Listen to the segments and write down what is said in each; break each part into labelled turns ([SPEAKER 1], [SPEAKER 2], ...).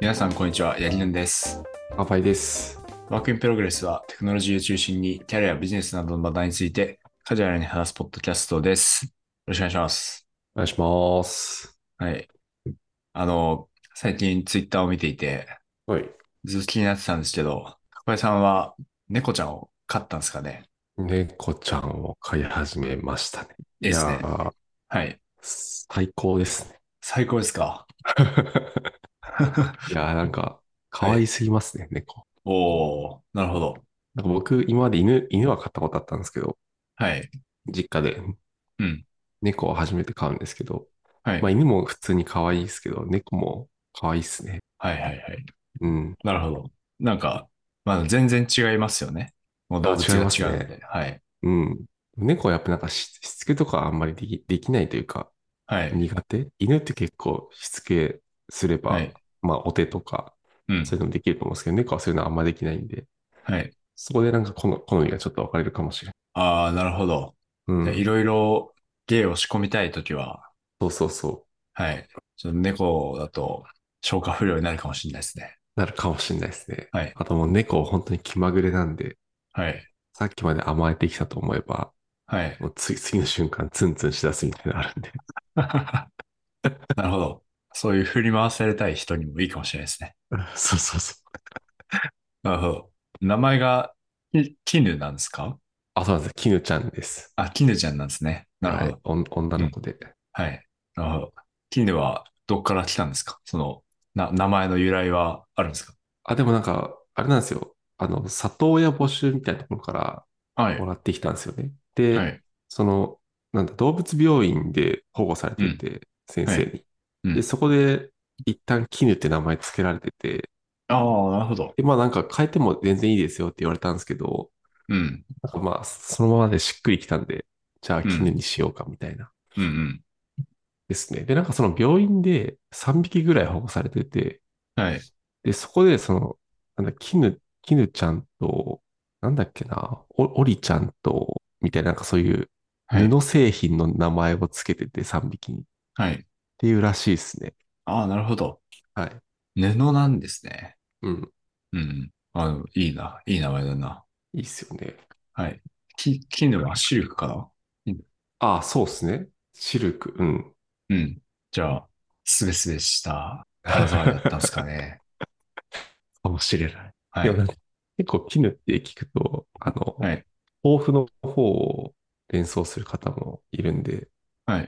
[SPEAKER 1] 皆さん、こんにちは。ヤギヌンです。
[SPEAKER 2] アパイです。
[SPEAKER 1] ワークインプログレスはテクノロジーを中心にキャリア、ビジネスなどの話題についてカジュアルに話すポッドキャストです。よろしくお願いします。
[SPEAKER 2] お願いします。
[SPEAKER 1] はい。あの、最近ツイッターを見ていて、
[SPEAKER 2] はい。
[SPEAKER 1] ずっと気になってたんですけど、高橋さんは猫ちゃんを飼ったんですかね
[SPEAKER 2] 猫ちゃんを飼い始めましたね。
[SPEAKER 1] いいですね
[SPEAKER 2] いやー
[SPEAKER 1] はい。
[SPEAKER 2] 最高です ね。
[SPEAKER 1] 最高です か
[SPEAKER 2] いやーなんか、可愛すぎますね、猫。
[SPEAKER 1] おー、なるほど。
[SPEAKER 2] なんか僕、今まで犬、犬は飼ったことあったんですけど、
[SPEAKER 1] はい。
[SPEAKER 2] 実家で。
[SPEAKER 1] うん
[SPEAKER 2] 猫を初めて飼うんですけど、
[SPEAKER 1] はい
[SPEAKER 2] まあ犬も普通に可愛いですけど、猫も可愛いですね。
[SPEAKER 1] はいはいはい。
[SPEAKER 2] うん。
[SPEAKER 1] なるほど。なんか、まあ全然違いますよね。もう動物が
[SPEAKER 2] あ違いますね
[SPEAKER 1] 違うんで。はい。
[SPEAKER 2] うん。猫はやっぱなんかししつけとかあんまりできできないというか、
[SPEAKER 1] はい。
[SPEAKER 2] 苦手犬って結構しつけすれば、
[SPEAKER 1] はい。
[SPEAKER 2] まあ、お手とか、
[SPEAKER 1] うん
[SPEAKER 2] そういうのもできると思うんですけど、猫はそういうのはあんまできないんで、
[SPEAKER 1] はい。
[SPEAKER 2] そこでなんか好好みがちょっと分かれるかもしれ
[SPEAKER 1] ああ、なるほど。
[SPEAKER 2] ない。う
[SPEAKER 1] い
[SPEAKER 2] ん。
[SPEAKER 1] ろいろ芸を仕込みたいときは、
[SPEAKER 2] そうそうそ
[SPEAKER 1] はい。ちょっと猫だと消化不良になるかもしれないですね。
[SPEAKER 2] う。なるかもしれないですね。
[SPEAKER 1] はい。
[SPEAKER 2] あともう猫本当に気まぐれなんで、
[SPEAKER 1] はい。
[SPEAKER 2] さっきまで甘えてきたと思えば、
[SPEAKER 1] はい。
[SPEAKER 2] もう次次の瞬間ツンツンしだすみたいなのあるん で。
[SPEAKER 1] なるほど。そういう振り回されたい人にもいいかもしれないですね。
[SPEAKER 2] そうそうそう。
[SPEAKER 1] なるほど。名前がき絹なんですか
[SPEAKER 2] あ、そうなんです。絹ちゃんです。
[SPEAKER 1] あ、絹ちゃんなんですね。なるほ
[SPEAKER 2] はい
[SPEAKER 1] ど。
[SPEAKER 2] おん女の子で。
[SPEAKER 1] はい。なるほど。絹はどっから来たんですかその、な、名前の由来はあるんですか
[SPEAKER 2] あ、でもなんか、あれなんですよ。あの、里親募集みたいなところか
[SPEAKER 1] は
[SPEAKER 2] ら
[SPEAKER 1] い。
[SPEAKER 2] もらってきたんですよね。で、
[SPEAKER 1] はい。
[SPEAKER 2] その、なんだ、動物病院で保護されていて、先生に。
[SPEAKER 1] うん
[SPEAKER 2] で、そこで、一旦、絹って名前つけられてて、
[SPEAKER 1] ああ、なるほど。
[SPEAKER 2] で、まあなんか変えても全然いいですよって言われたんですけど、
[SPEAKER 1] うん。
[SPEAKER 2] なんかまあ、そのままでしっくりきたんで、じゃあ、
[SPEAKER 1] うん
[SPEAKER 2] 絹にしようかみたいな、
[SPEAKER 1] うんうん。
[SPEAKER 2] ですね。で、なんかその病院で3匹ぐらい保護されてて、
[SPEAKER 1] はい。
[SPEAKER 2] で、そこで、その、なんだ、絹、絹ちゃんと、なんだっけな、お、おりちゃんと、みたいな、なんかそういう
[SPEAKER 1] はい。
[SPEAKER 2] 布製品の名前をつけてて、3匹に。
[SPEAKER 1] はい。
[SPEAKER 2] っていうらしいですね。
[SPEAKER 1] ああ、なるほど。
[SPEAKER 2] はい。
[SPEAKER 1] 布なんですね。
[SPEAKER 2] うん。
[SPEAKER 1] うん。あの、いいな。いい名前だな。
[SPEAKER 2] いいっすよね。
[SPEAKER 1] はい。き、絹はシルクかな
[SPEAKER 2] ああ、そうっすね。シルク。うん。
[SPEAKER 1] うん。じゃあ、すべすべした肌触りだったんですかね。
[SPEAKER 2] かもしれない。
[SPEAKER 1] はい
[SPEAKER 2] でも。なんか結構、絹って聞くと、あの、
[SPEAKER 1] はい
[SPEAKER 2] 豆腐の方を連想する方もいるんで、
[SPEAKER 1] あ、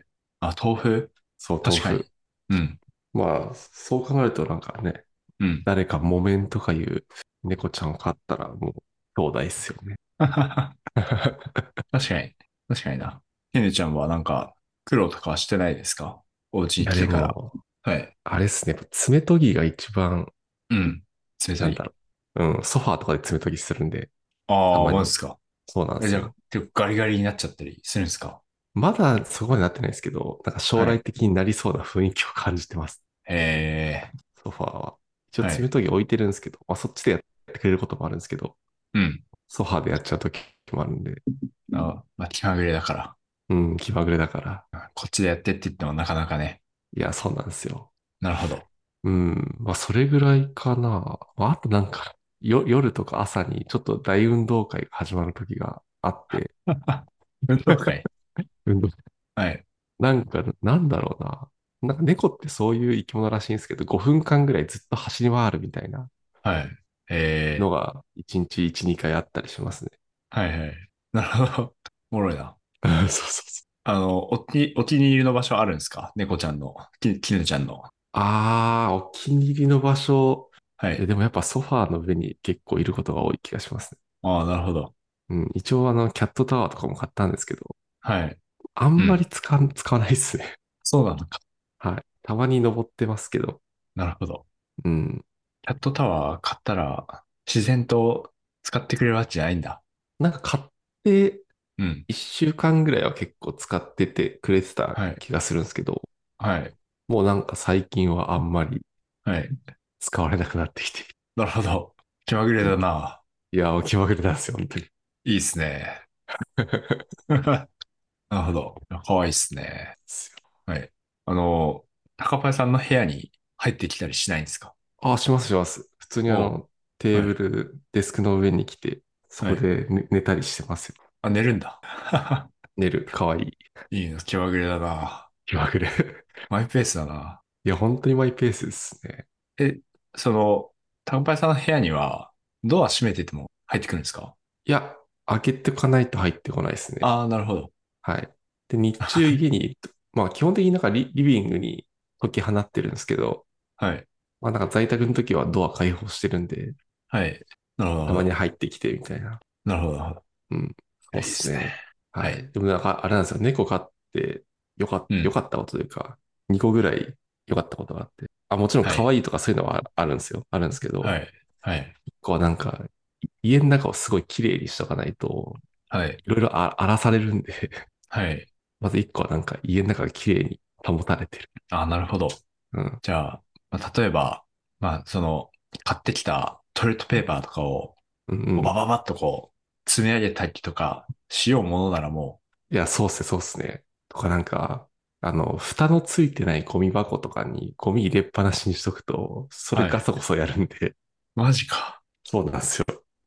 [SPEAKER 1] 豆腐
[SPEAKER 2] そう、豆
[SPEAKER 1] 確かに
[SPEAKER 2] 腐。。
[SPEAKER 1] うん。
[SPEAKER 2] まあ、そう考えるとなんかね、
[SPEAKER 1] うん。
[SPEAKER 2] 誰か木綿とかいう猫ちゃんを飼ったらもう兄弟っすよね。
[SPEAKER 1] 確かに。確かにな。絹ちゃんはなんか、苦労とかはしてないですかお家に来てから。
[SPEAKER 2] も、
[SPEAKER 1] はい。
[SPEAKER 2] あれっすね、やっぱ爪研ぎが一番、
[SPEAKER 1] うん。冷
[SPEAKER 2] な
[SPEAKER 1] た
[SPEAKER 2] ん
[SPEAKER 1] い
[SPEAKER 2] だ。ろう。うん、ソファーとかで爪研ぎするんで、
[SPEAKER 1] あ
[SPEAKER 2] た
[SPEAKER 1] あ、
[SPEAKER 2] まに
[SPEAKER 1] マジですか。
[SPEAKER 2] そうなんで
[SPEAKER 1] え
[SPEAKER 2] す
[SPEAKER 1] じゃ
[SPEAKER 2] よ
[SPEAKER 1] あ。、結構ガリガリになっちゃったりするんですか
[SPEAKER 2] まだそこまでなってないですけど、なんか将来的になりそうな雰囲気を感じてます。
[SPEAKER 1] ええ
[SPEAKER 2] ソファーは。一応
[SPEAKER 1] はい
[SPEAKER 2] 爪研ぎ置いてるんですけど、まあそっちでやってくれることもあるんですけど、
[SPEAKER 1] うん。
[SPEAKER 2] ソファーでやっちゃうときもあるんで、
[SPEAKER 1] あ、まあ、気まぐれだから。
[SPEAKER 2] うん、気まぐれだから。
[SPEAKER 1] こっちでやってって言ってもなかなかね。
[SPEAKER 2] いや、そうなんですよ。
[SPEAKER 1] なるほど。
[SPEAKER 2] うん、まあそれぐらいかな。まああとなんか、よ、夜とか朝にちょっと大運動会が始まるときがあって、
[SPEAKER 1] 運動会。
[SPEAKER 2] 運動
[SPEAKER 1] はい。
[SPEAKER 2] なんか、なんだろうな。なんか猫ってそういう生き物らしいんですけど、5分間ぐらいずっと走り回るみたいな。
[SPEAKER 1] はい。えー、
[SPEAKER 2] のが1日1、2回あったりしますね。
[SPEAKER 1] はいはい。なるほど。おもろいな。
[SPEAKER 2] そうそうそう。
[SPEAKER 1] あの、お気、お気に入りの場所あるんですか猫ちゃんの、き、きぬちゃんの。
[SPEAKER 2] ああ、お気に入りの場所。
[SPEAKER 1] は
[SPEAKER 2] え
[SPEAKER 1] い。
[SPEAKER 2] でもやっぱソファーの上に結構いることが多い気がしますね。
[SPEAKER 1] ああ、なるほど。
[SPEAKER 2] うん、一応あの、キャットタワーとかも買ったんですけど、
[SPEAKER 1] はい。
[SPEAKER 2] あんまり使ん、使わないですね。
[SPEAKER 1] そうなのか。
[SPEAKER 2] はい。たまに登ってますけど、
[SPEAKER 1] なるほど。
[SPEAKER 2] うん。
[SPEAKER 1] キャットタワー買ったら、自然と使ってくれるわけじゃないんだ。
[SPEAKER 2] なんか買って
[SPEAKER 1] うん。
[SPEAKER 2] 1週間ぐらいは結構使っててくれて
[SPEAKER 1] は
[SPEAKER 2] た
[SPEAKER 1] い
[SPEAKER 2] 気がするんですけど、
[SPEAKER 1] はい。
[SPEAKER 2] もうなんか最近はあんまり
[SPEAKER 1] はい。
[SPEAKER 2] 使われなくなってきて。
[SPEAKER 1] なるほど。気まぐれだな。
[SPEAKER 2] いやー、気まぐれなんですよ、本当に。
[SPEAKER 1] いいっす ね。なるほど。かわいいっすね。あの、高パイさんの部屋に入ってきたりしないんですか
[SPEAKER 2] ああ、しますします。普通にあ
[SPEAKER 1] お
[SPEAKER 2] の、テーブル、デスクの上に来て、そこで寝寝たりしてますよ。
[SPEAKER 1] あ、寝るんだ。
[SPEAKER 2] 寝る、かわいい。
[SPEAKER 1] いいな、気まぐれだな。
[SPEAKER 2] 気まぐ れ。
[SPEAKER 1] マイペースだな。
[SPEAKER 2] いや、本当にマイペースですね。
[SPEAKER 1] その、タンパイさんの部屋には、ドア閉めてても入ってくるんですか
[SPEAKER 2] いや、開けておかないと入ってこないですね。
[SPEAKER 1] ああ、なるほど。
[SPEAKER 2] はい。で、日中家に、まあ基本的になんかリリビングに解き放ってるんですけど、
[SPEAKER 1] はい。
[SPEAKER 2] まあなんか在宅の時はドア開放してるんで、
[SPEAKER 1] はい。なるほど。
[SPEAKER 2] たまに入ってきてみたいな。
[SPEAKER 1] なるほど。なるほど
[SPEAKER 2] うん。
[SPEAKER 1] いい
[SPEAKER 2] で
[SPEAKER 1] っす
[SPEAKER 2] す
[SPEAKER 1] ね
[SPEAKER 2] ね。は
[SPEAKER 1] はい
[SPEAKER 2] い。でもなんかあれなんですよ。猫飼ってよかっ
[SPEAKER 1] うん
[SPEAKER 2] よかったことというか、2個ぐらい良かったことがあって。あ、もちろん
[SPEAKER 1] はい
[SPEAKER 2] 可愛いとかそういうのはああるんですよ。あるんですけど、
[SPEAKER 1] は
[SPEAKER 2] 1
[SPEAKER 1] い。はい。
[SPEAKER 2] 個はなんか、い家の中をすごい綺麗にしとかないと、
[SPEAKER 1] はい。
[SPEAKER 2] いろいろあ荒らされるんで、
[SPEAKER 1] はい。
[SPEAKER 2] まず1個はなんか家の中が綺麗に保たれてる。
[SPEAKER 1] ああ、なるほど。
[SPEAKER 2] うん。
[SPEAKER 1] じゃあ、まあ、例えば、まあ、その、買ってきたトイレットペーパーとかを、
[SPEAKER 2] うんうん
[SPEAKER 1] バババッとこう、積み上げたりとか、しようものならも
[SPEAKER 2] いや、そうっすね、そうっすね。とかなんか、あの、蓋のついてないゴミ箱とかにゴミ入れっぱなしにしとくと、それガサゴソやるんで、
[SPEAKER 1] う、マジか。
[SPEAKER 2] そうなんですよ。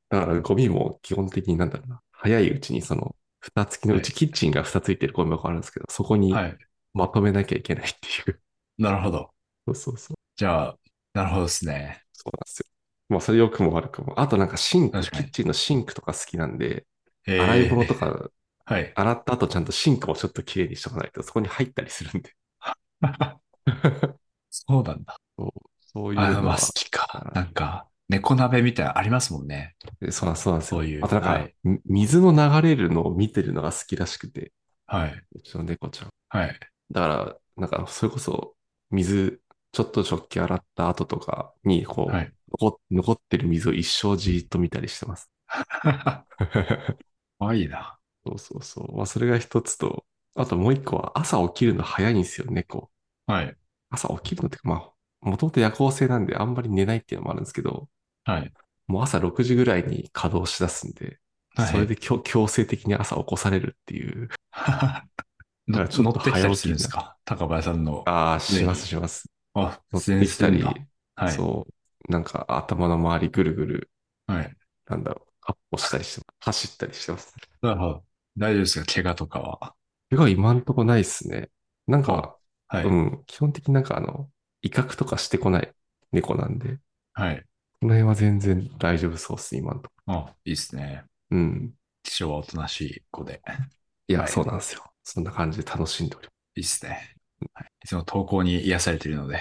[SPEAKER 2] だからゴミも基本的になんだろうな、早いうちにその、蓋付きのうち、キッチンが蓋ついてるゴミ箱あるんですけど、そこに
[SPEAKER 1] はい。
[SPEAKER 2] まとめなきゃいけないっていう。
[SPEAKER 1] なるほど。
[SPEAKER 2] そうそうそう。
[SPEAKER 1] じゃあ、なるほどですね。
[SPEAKER 2] そうなんですよ。まあ、それ良くも悪くも。あとなんかシンク、
[SPEAKER 1] 確
[SPEAKER 2] キ
[SPEAKER 1] かに
[SPEAKER 2] ッチンのシンクとか好きなんで、
[SPEAKER 1] えー
[SPEAKER 2] 洗い物とか、
[SPEAKER 1] はい。
[SPEAKER 2] 洗った後ちゃんとシンクもちょっと綺麗にしとかないと、そこに入ったりするんで。
[SPEAKER 1] そうなんだ。
[SPEAKER 2] そういう
[SPEAKER 1] あ
[SPEAKER 2] の
[SPEAKER 1] まあ、
[SPEAKER 2] は
[SPEAKER 1] 好きか。なんか、猫鍋みたいなのありますもんね。
[SPEAKER 2] でそうなんそうなんですよ。
[SPEAKER 1] そういう
[SPEAKER 2] あとなんか、
[SPEAKER 1] はい
[SPEAKER 2] み水の流れるのを見てるのが好きらしくて、
[SPEAKER 1] はい。
[SPEAKER 2] うちの猫ちゃん。
[SPEAKER 1] はい。
[SPEAKER 2] だから、なんか、それこそ、水、ちょっと食器洗った後とかに、こう、
[SPEAKER 1] はい。
[SPEAKER 2] 残、残ってる水を一生じーっと見たりしてます。
[SPEAKER 1] 可愛いな。
[SPEAKER 2] そうそうそう。まあ、それが一つと、あともう一個は、朝起きるの早いんですよ、猫。
[SPEAKER 1] はい。
[SPEAKER 2] 朝起きるのっていうか、まあ、もともと夜行性なんで、あんまり寝ないっていうのもあるんですけど、
[SPEAKER 1] はい。
[SPEAKER 2] もう朝6時ぐらいに稼働しだすんで、
[SPEAKER 1] はい
[SPEAKER 2] それで強強制的に朝起こされるってい
[SPEAKER 1] の
[SPEAKER 2] う、だからちょ
[SPEAKER 1] 乗
[SPEAKER 2] っと
[SPEAKER 1] ってきたりするんですか高林さんの。
[SPEAKER 2] ああ、しま
[SPEAKER 1] ね
[SPEAKER 2] すします。
[SPEAKER 1] あ、
[SPEAKER 2] 乗って
[SPEAKER 1] 全
[SPEAKER 2] きた
[SPEAKER 1] 然
[SPEAKER 2] り、
[SPEAKER 1] だ。はい。
[SPEAKER 2] そう、なんか頭の周りぐるぐる、
[SPEAKER 1] はい。
[SPEAKER 2] なんだろう、アップしたりして、走ったりしてます。
[SPEAKER 1] なるほど。大丈夫ですか怪我とかは。
[SPEAKER 2] それが今んとこないですね。なんか、
[SPEAKER 1] はい。
[SPEAKER 2] うん、基本的になんかあの、威嚇とかしてこない猫なんで、
[SPEAKER 1] はい。
[SPEAKER 2] この辺は全然大丈夫そうっす、今んとこ。
[SPEAKER 1] あ、いいですね。
[SPEAKER 2] うん。
[SPEAKER 1] 父親はおとなしい子で。
[SPEAKER 2] いや、
[SPEAKER 1] はい
[SPEAKER 2] そうなんですよ。そんな感じで楽しんでおり
[SPEAKER 1] いいですね。はい、いつも投稿に癒されているの で、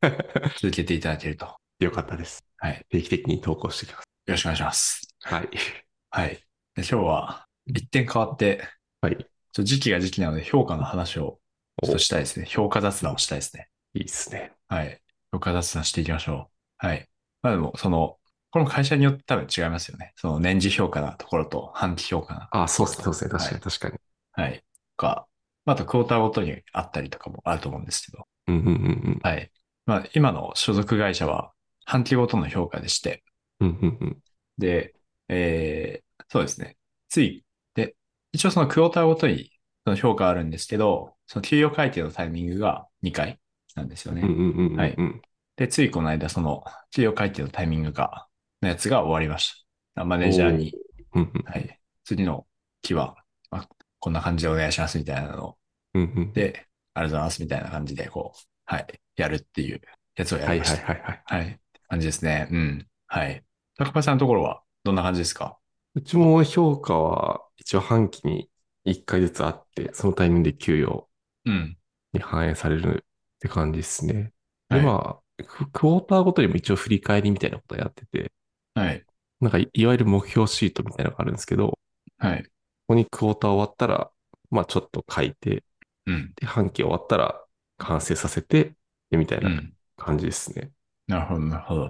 [SPEAKER 2] ます。
[SPEAKER 1] 続けていただけると。よ
[SPEAKER 2] よかったです。
[SPEAKER 1] はい。
[SPEAKER 2] 定期的に投稿してきます。
[SPEAKER 1] ろしくお願いします。
[SPEAKER 2] はい。
[SPEAKER 1] はい。で今日は一点変わって、
[SPEAKER 2] はい
[SPEAKER 1] ちょっと時期が時期なので評価の話をちょっとしたいですね。評価雑談をしたいですね。
[SPEAKER 2] いいっすね。
[SPEAKER 1] はい。評価雑談していきましょう。はい。まあでも、その、この会社によって多分違いますよね。その年次評価なところと半期評価な。
[SPEAKER 2] ああ、そうっすね、そうっすね。確かに、
[SPEAKER 1] は
[SPEAKER 2] 確かに。
[SPEAKER 1] はい。とか、またクォーターごとにあったりとかもあると思うんですけど。
[SPEAKER 2] うんうんうん
[SPEAKER 1] はい。まあ今の所属会社は半期ごとの評価でして、
[SPEAKER 2] うん。うんうんうん。
[SPEAKER 1] で、えーそうですね。つい、で、一応そのクォーターごとにその評価あるんですけど、その給与改定のタイミングが2回なんですよね。
[SPEAKER 2] うんうんうんうん。
[SPEAKER 1] はい
[SPEAKER 2] うん。
[SPEAKER 1] で、ついこの間、その給与改定のタイミングが、のやつが終わりました。あマネージャーに、
[SPEAKER 2] うんうん
[SPEAKER 1] はい、次の期は、まあ、こんな感じでお願いしますみたいなのを
[SPEAKER 2] うんうん。
[SPEAKER 1] で、ありがとうございますみたいな感じで、こう、はい、やるっていうやつをや
[SPEAKER 2] は
[SPEAKER 1] り
[SPEAKER 2] い
[SPEAKER 1] ま
[SPEAKER 2] は
[SPEAKER 1] し
[SPEAKER 2] い
[SPEAKER 1] た。
[SPEAKER 2] はいはい。
[SPEAKER 1] はい、感じですね。うん。はい。高橋さんのところはどんな感じですか
[SPEAKER 2] うちも評価は一応半期に1回ずつあって、そのタイミングで給与
[SPEAKER 1] うん。
[SPEAKER 2] に反映されるって感じですね。
[SPEAKER 1] は
[SPEAKER 2] で、
[SPEAKER 1] い
[SPEAKER 2] まあ、ククォーターごとにも一応振り返りみたいなことをやってて、
[SPEAKER 1] はい。
[SPEAKER 2] なんかいいわゆる目標シートみたいなのがあるんですけど、こ
[SPEAKER 1] はい。
[SPEAKER 2] こにクォーター終わったら、まあちょっと書いて、
[SPEAKER 1] うん。。
[SPEAKER 2] で、半期終わったら完成させて、でみたいうなん感じですね。
[SPEAKER 1] なるほど、なるほど。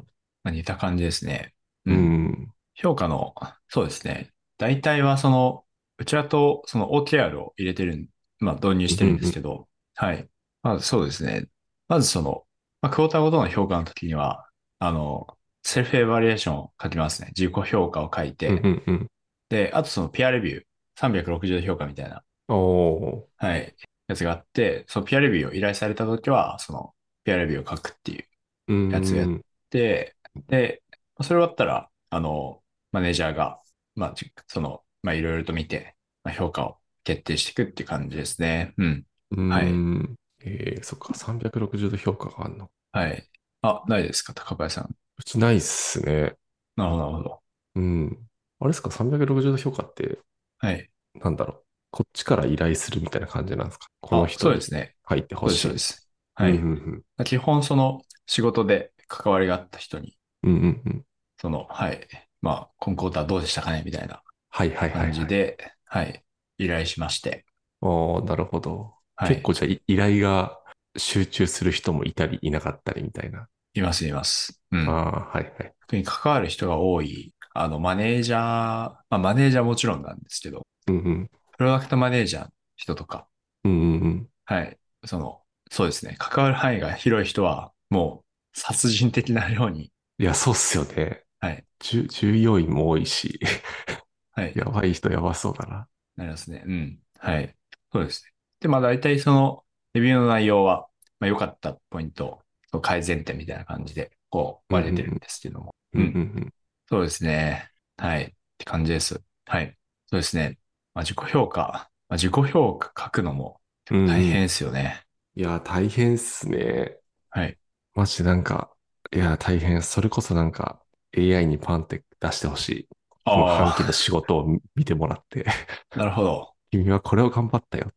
[SPEAKER 1] まあ、似た感じですね。
[SPEAKER 2] うん。
[SPEAKER 1] 評価の、そうですね。大体は、その、うちらと、その OKR を入れてるん、まあ、導入してるんですけど、はい。まずそうですね。まずその、まあ、クォーターごとの評価の時には、あの、セルフエバリエーションを書きますね。自己評価を書いて、
[SPEAKER 2] うんうんうん。
[SPEAKER 1] で、あとそのペアレビュー、360度評価みたいな、
[SPEAKER 2] お
[SPEAKER 1] はい、やつがあって、そのペアレビューを依頼された時は、その、ペアレビューを書くっていう
[SPEAKER 2] ー。うん。
[SPEAKER 1] やつや、
[SPEAKER 2] うん
[SPEAKER 1] で、それ終わったら、あの、マネージャーが、まあ、じその、まあ、いろいろと見て、まあ、評価を決定していくっていう感じですね。うん。はい
[SPEAKER 2] い。えー、そっか、360度評価があるの。
[SPEAKER 1] はい。あ、ないですか、高林さん。
[SPEAKER 2] うちないっすね。
[SPEAKER 1] なるほど、なるほど。
[SPEAKER 2] うん。あれですか、360度評価って、
[SPEAKER 1] はい。
[SPEAKER 2] なんだろう。こっちから依頼するみたいな感じなんですかこの
[SPEAKER 1] あ
[SPEAKER 2] 人
[SPEAKER 1] そうで
[SPEAKER 2] に
[SPEAKER 1] すね。
[SPEAKER 2] 入ってほ
[SPEAKER 1] そうで
[SPEAKER 2] し
[SPEAKER 1] す、
[SPEAKER 2] い。
[SPEAKER 1] そうです。はい。
[SPEAKER 2] うんうん
[SPEAKER 1] 基本、その、仕事で関わりがあった人に、
[SPEAKER 2] うん。うんうんうん。
[SPEAKER 1] その、はい。まあ、今クォーターどうでしたかねみたいな
[SPEAKER 2] はいはいはい、
[SPEAKER 1] 感
[SPEAKER 2] は
[SPEAKER 1] じ
[SPEAKER 2] い。
[SPEAKER 1] で、はい。依頼しまして。
[SPEAKER 2] おーなるほど。
[SPEAKER 1] はい。
[SPEAKER 2] 結構じゃあい依頼が集中する人もいたりいなかったりみたいな。
[SPEAKER 1] います、います。うん。
[SPEAKER 2] ああ、はいはい。
[SPEAKER 1] 特に関わる人が多い、あの、マネージャー、まあ、マネージャーもちろんなんですけど、
[SPEAKER 2] うんうん。
[SPEAKER 1] プロダクトマネージャーの人とか、
[SPEAKER 2] うんうんうん。
[SPEAKER 1] はい、その、そうですね、関わる範囲が広い人は、もう、殺人的な量に、
[SPEAKER 2] いや、そうっすよね。
[SPEAKER 1] はい。
[SPEAKER 2] 従従業員も多いし、
[SPEAKER 1] はい、
[SPEAKER 2] やばい人やばそうだな。
[SPEAKER 1] なりますね。うん。はい。そうですね。で、まあ、大体その、レビューの内容は、まあ、良かったポイント、その改善点みたいな感じで、こう、割れてるんですけども。
[SPEAKER 2] うんうんうん。
[SPEAKER 1] そうですね。はい。って感じです。はい。そうですね。まあ、自己評価。まあ、自己評価書くのも
[SPEAKER 2] うん
[SPEAKER 1] 大変ですよね。
[SPEAKER 2] いや、大変っすね。
[SPEAKER 1] はい。
[SPEAKER 2] マジなんか、いや、大変。それこそなんか、AI にパンって出してほしい。この半
[SPEAKER 1] あ
[SPEAKER 2] 期の仕事を見てもらって、
[SPEAKER 1] あ、なるほど。
[SPEAKER 2] 君はこれを頑張ったよ。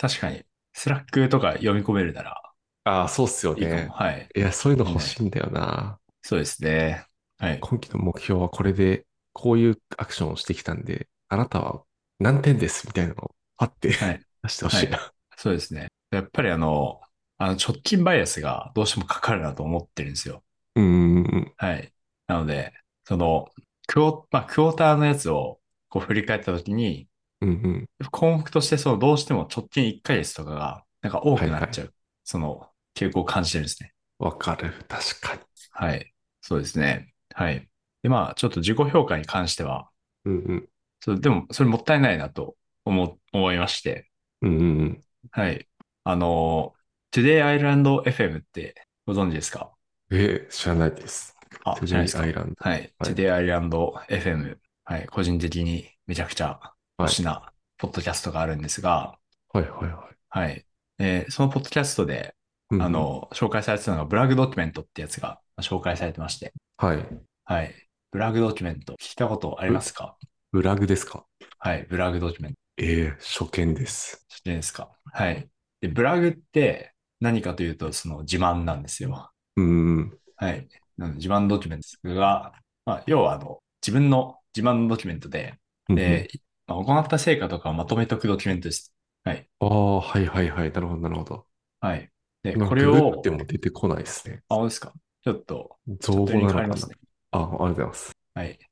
[SPEAKER 1] 確かに。スラックとか読み込めるなら
[SPEAKER 2] ああ、そうっすよ
[SPEAKER 1] いいかも。
[SPEAKER 2] ね。
[SPEAKER 1] はい。
[SPEAKER 2] いや、そういうの欲しいんだよな。
[SPEAKER 1] そうですね。はい。
[SPEAKER 2] 今期の目標はこれで、こういうアクションをしてきたんで、あなたは何点ですみたいなのを、パッて
[SPEAKER 1] はい
[SPEAKER 2] 出してほしいな。
[SPEAKER 1] そうですね。やっぱりあの、あの直近バイアスがどうしてもかかるなと思ってるんですよ。
[SPEAKER 2] うんうんうん。
[SPEAKER 1] はい。なので、その、クオ、まあ、クォーターのやつをこう振り返ったときに、
[SPEAKER 2] うんうん。
[SPEAKER 1] 項目として、その、どうしても直近1ヶ月とかが、なんか多くなっちゃう、その、傾向を感じてるんですね。
[SPEAKER 2] わかる。確かに。
[SPEAKER 1] はい。そうですね。はい。で、まあ、ちょっと自己評価に関しては、
[SPEAKER 2] うんうん。
[SPEAKER 1] そうでも、それもったいないなと思、思いまして、
[SPEAKER 2] うんうんうん。
[SPEAKER 1] はい。あの、Today Island FM ってご存知ですか
[SPEAKER 2] えー、知らないです。
[SPEAKER 1] あ、
[SPEAKER 2] トゥ
[SPEAKER 1] 知
[SPEAKER 2] デ
[SPEAKER 1] らない
[SPEAKER 2] イ
[SPEAKER 1] です
[SPEAKER 2] ア
[SPEAKER 1] か
[SPEAKER 2] イラン
[SPEAKER 1] はい。
[SPEAKER 2] はい
[SPEAKER 1] Today Island FM。はい。個人的にめちゃくちゃ
[SPEAKER 2] ド。
[SPEAKER 1] 推しなポッドキャストがあるんですが、
[SPEAKER 2] はいはいは
[SPEAKER 1] はい。えーそのポッドキャストで、
[SPEAKER 2] い。
[SPEAKER 1] あ、の、紹介されてたのが、ブラグドキュメントってやつがまあ紹介されてまして。
[SPEAKER 2] はい。
[SPEAKER 1] はい。ブラグドキュメント、聞いたことありますか
[SPEAKER 2] ブラグですか
[SPEAKER 1] はい。ブラグドキュメント、
[SPEAKER 2] ええ初見です。
[SPEAKER 1] 知ってるんですかはい。で、ブラグって何かというと、その自慢なんですよ。
[SPEAKER 2] うん。
[SPEAKER 1] はい。なので自慢ドキュメントですが、まあ、要は、あの、自分の自慢のドキュメントで、で、まあ、行った成果とかをまとめておくドキュメントです。はい。
[SPEAKER 2] うん、ああ、はいはいはい。なるほど、なるほど。
[SPEAKER 1] はい。で、
[SPEAKER 2] なんか
[SPEAKER 1] これ
[SPEAKER 2] ググ
[SPEAKER 1] を
[SPEAKER 2] っ、ても出てこないですね。
[SPEAKER 1] あ、そうですかちょっと、
[SPEAKER 2] 造語
[SPEAKER 1] 手
[SPEAKER 2] な
[SPEAKER 1] に変
[SPEAKER 2] のか
[SPEAKER 1] わ
[SPEAKER 2] な
[SPEAKER 1] りますね。
[SPEAKER 2] あ、ありがとうございます。
[SPEAKER 1] はい。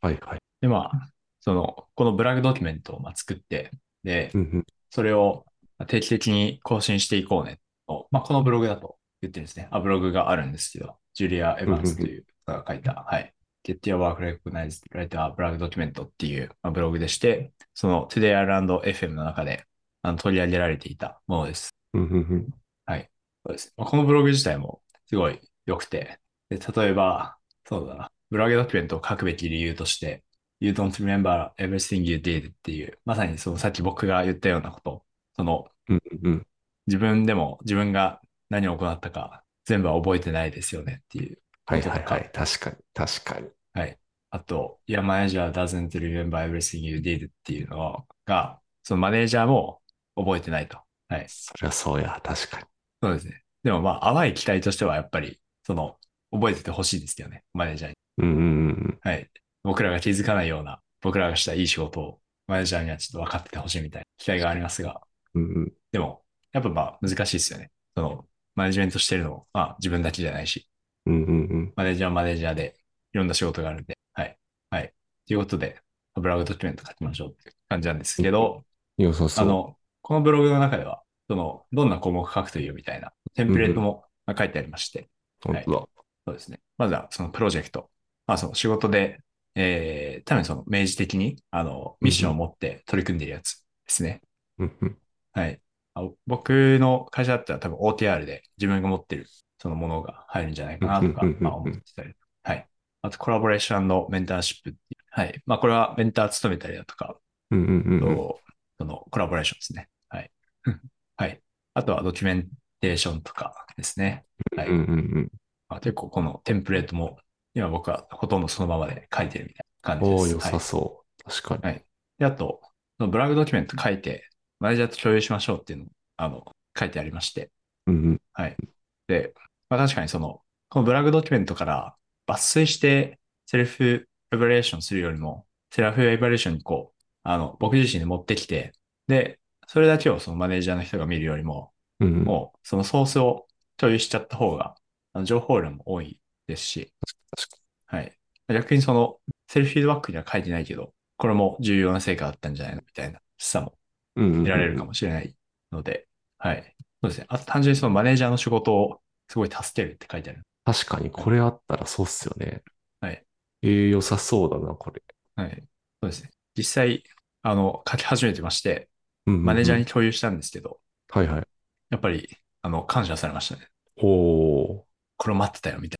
[SPEAKER 2] はいはい。
[SPEAKER 1] で、まあ、その、このブラグドキュメントをまあ作って、で
[SPEAKER 2] う、んうん。
[SPEAKER 1] それをまあ定期的に更新していこうねと、まあ、このブログだと言ってるんですね。あ、ブログがあるんですけど、ジュリア・エヴァンスという人が書いた、はい。Get Your Work Recognized Writer Blog Document っていう、まあ、ブログでして、その Today Island FM の中であの取り上げられていたものです。
[SPEAKER 2] うんうんうん。
[SPEAKER 1] そうですまあこのブログ自体もすごい良くて、で例えば、そうだな、ブログドキュメントを書くべき理由として、You don't remember everything you did っていう、まさにそのさっき僕が言ったようなこと、その
[SPEAKER 2] うんうん。
[SPEAKER 1] 自分でも自分が何を行ったか全部は覚えてないですよねっていう。
[SPEAKER 2] はいはいはい。確かに。確かに。
[SPEAKER 1] あと、いや、マネージャー doesn't remember everything you did っていうのが、そのマネージャーも覚えてないと。はい。
[SPEAKER 2] そりゃそうや。確かに。
[SPEAKER 1] そうですね。でもまあ、淡い期待としてはやっぱり、その、覚えててほしいですよね。マネージャーに。
[SPEAKER 2] うんうんうん。
[SPEAKER 1] はい。僕らが気づかないような、僕らがしたいい仕事をマネージャーにはちょっと分かっててほしいみたいな期待がありますが、
[SPEAKER 2] うんうん。
[SPEAKER 1] でも、やっぱまあ、難しいですよね。その、マネジメントしてるのも、まあ、自分だけじゃないし、
[SPEAKER 2] うんうんうん。
[SPEAKER 1] マネージャーはマネージャーで、いろんな仕事があるんで、はい。はい。ということで、ブログドキュメント書きましょうっていう感じなんですけど、
[SPEAKER 2] 良さそ
[SPEAKER 1] あ
[SPEAKER 2] う。
[SPEAKER 1] の、このブログの中では、その、どんな項目書くというみたいな、テンプレートもまあ書いてありまして、
[SPEAKER 2] 本当だ。
[SPEAKER 1] そうですね。まずは、そのプロジェクト。まあ、その仕事で、えー、多分その明示的に、あの、ミッションを持って取り組んでいるやつですね。
[SPEAKER 2] うんうん。
[SPEAKER 1] はい。あ僕の会社だったら多分 OTR で自分が持ってるそのものが入るんじゃないかなとか、
[SPEAKER 2] うんうんうんうん
[SPEAKER 1] まあ思ってたり。はい。あと、コラボレーションメンターシップっていう。はい。まあ、これはメンター務めたりだとか、
[SPEAKER 2] うんうんうんうん。
[SPEAKER 1] と、そのコラボレーションですね。はい。 はい。あとはドキュメンテーションとかですね。はい
[SPEAKER 2] うんうんうん。
[SPEAKER 1] まあ、結構このテンプレートも、今僕はほとんどそのままで書いてるみたいな感じで
[SPEAKER 2] お
[SPEAKER 1] す。
[SPEAKER 2] ー、良
[SPEAKER 1] は
[SPEAKER 2] さ
[SPEAKER 1] い
[SPEAKER 2] そう。確かに。
[SPEAKER 1] で、あと、そのブラグドキュメント書いて、マネージャーと共有しましょうっていうのを、あの、書いてありまして。
[SPEAKER 2] うんうん。
[SPEAKER 1] で、まあ、確かにその、このブラグドキュメントから抜粋して、セルフエバリエーションするよりも、セラフエバリエーションにこう、あの、僕自身で持ってきて、で、それだけをそのマネージャーの人が見るよりも、
[SPEAKER 2] うんうん、
[SPEAKER 1] もうそのソースを共有しちゃった方が、あの情報量も多いですし、
[SPEAKER 2] 確か
[SPEAKER 1] はい。逆にその、セルフフィードバックには書いてないけど、これも重要な成果だったんじゃないのみたいな、示唆も
[SPEAKER 2] にうんうんうん
[SPEAKER 1] 得られるかもしれないので、はい。そうですね。あと単純にそのマネージャーの仕事をすごい助けるって書いてある。
[SPEAKER 2] 確かに、これあったらそうっすよね。
[SPEAKER 1] はい。
[SPEAKER 2] えー、良さそうだな、これ。
[SPEAKER 1] はい。そうですね。実際、あの、書き始めてまして、
[SPEAKER 2] うんうんうん
[SPEAKER 1] マネージャーに。共有したんですけど、
[SPEAKER 2] はいはい。
[SPEAKER 1] やっぱり、あの、感謝されましたね。
[SPEAKER 2] おー、
[SPEAKER 1] これ待ってたよ、みたい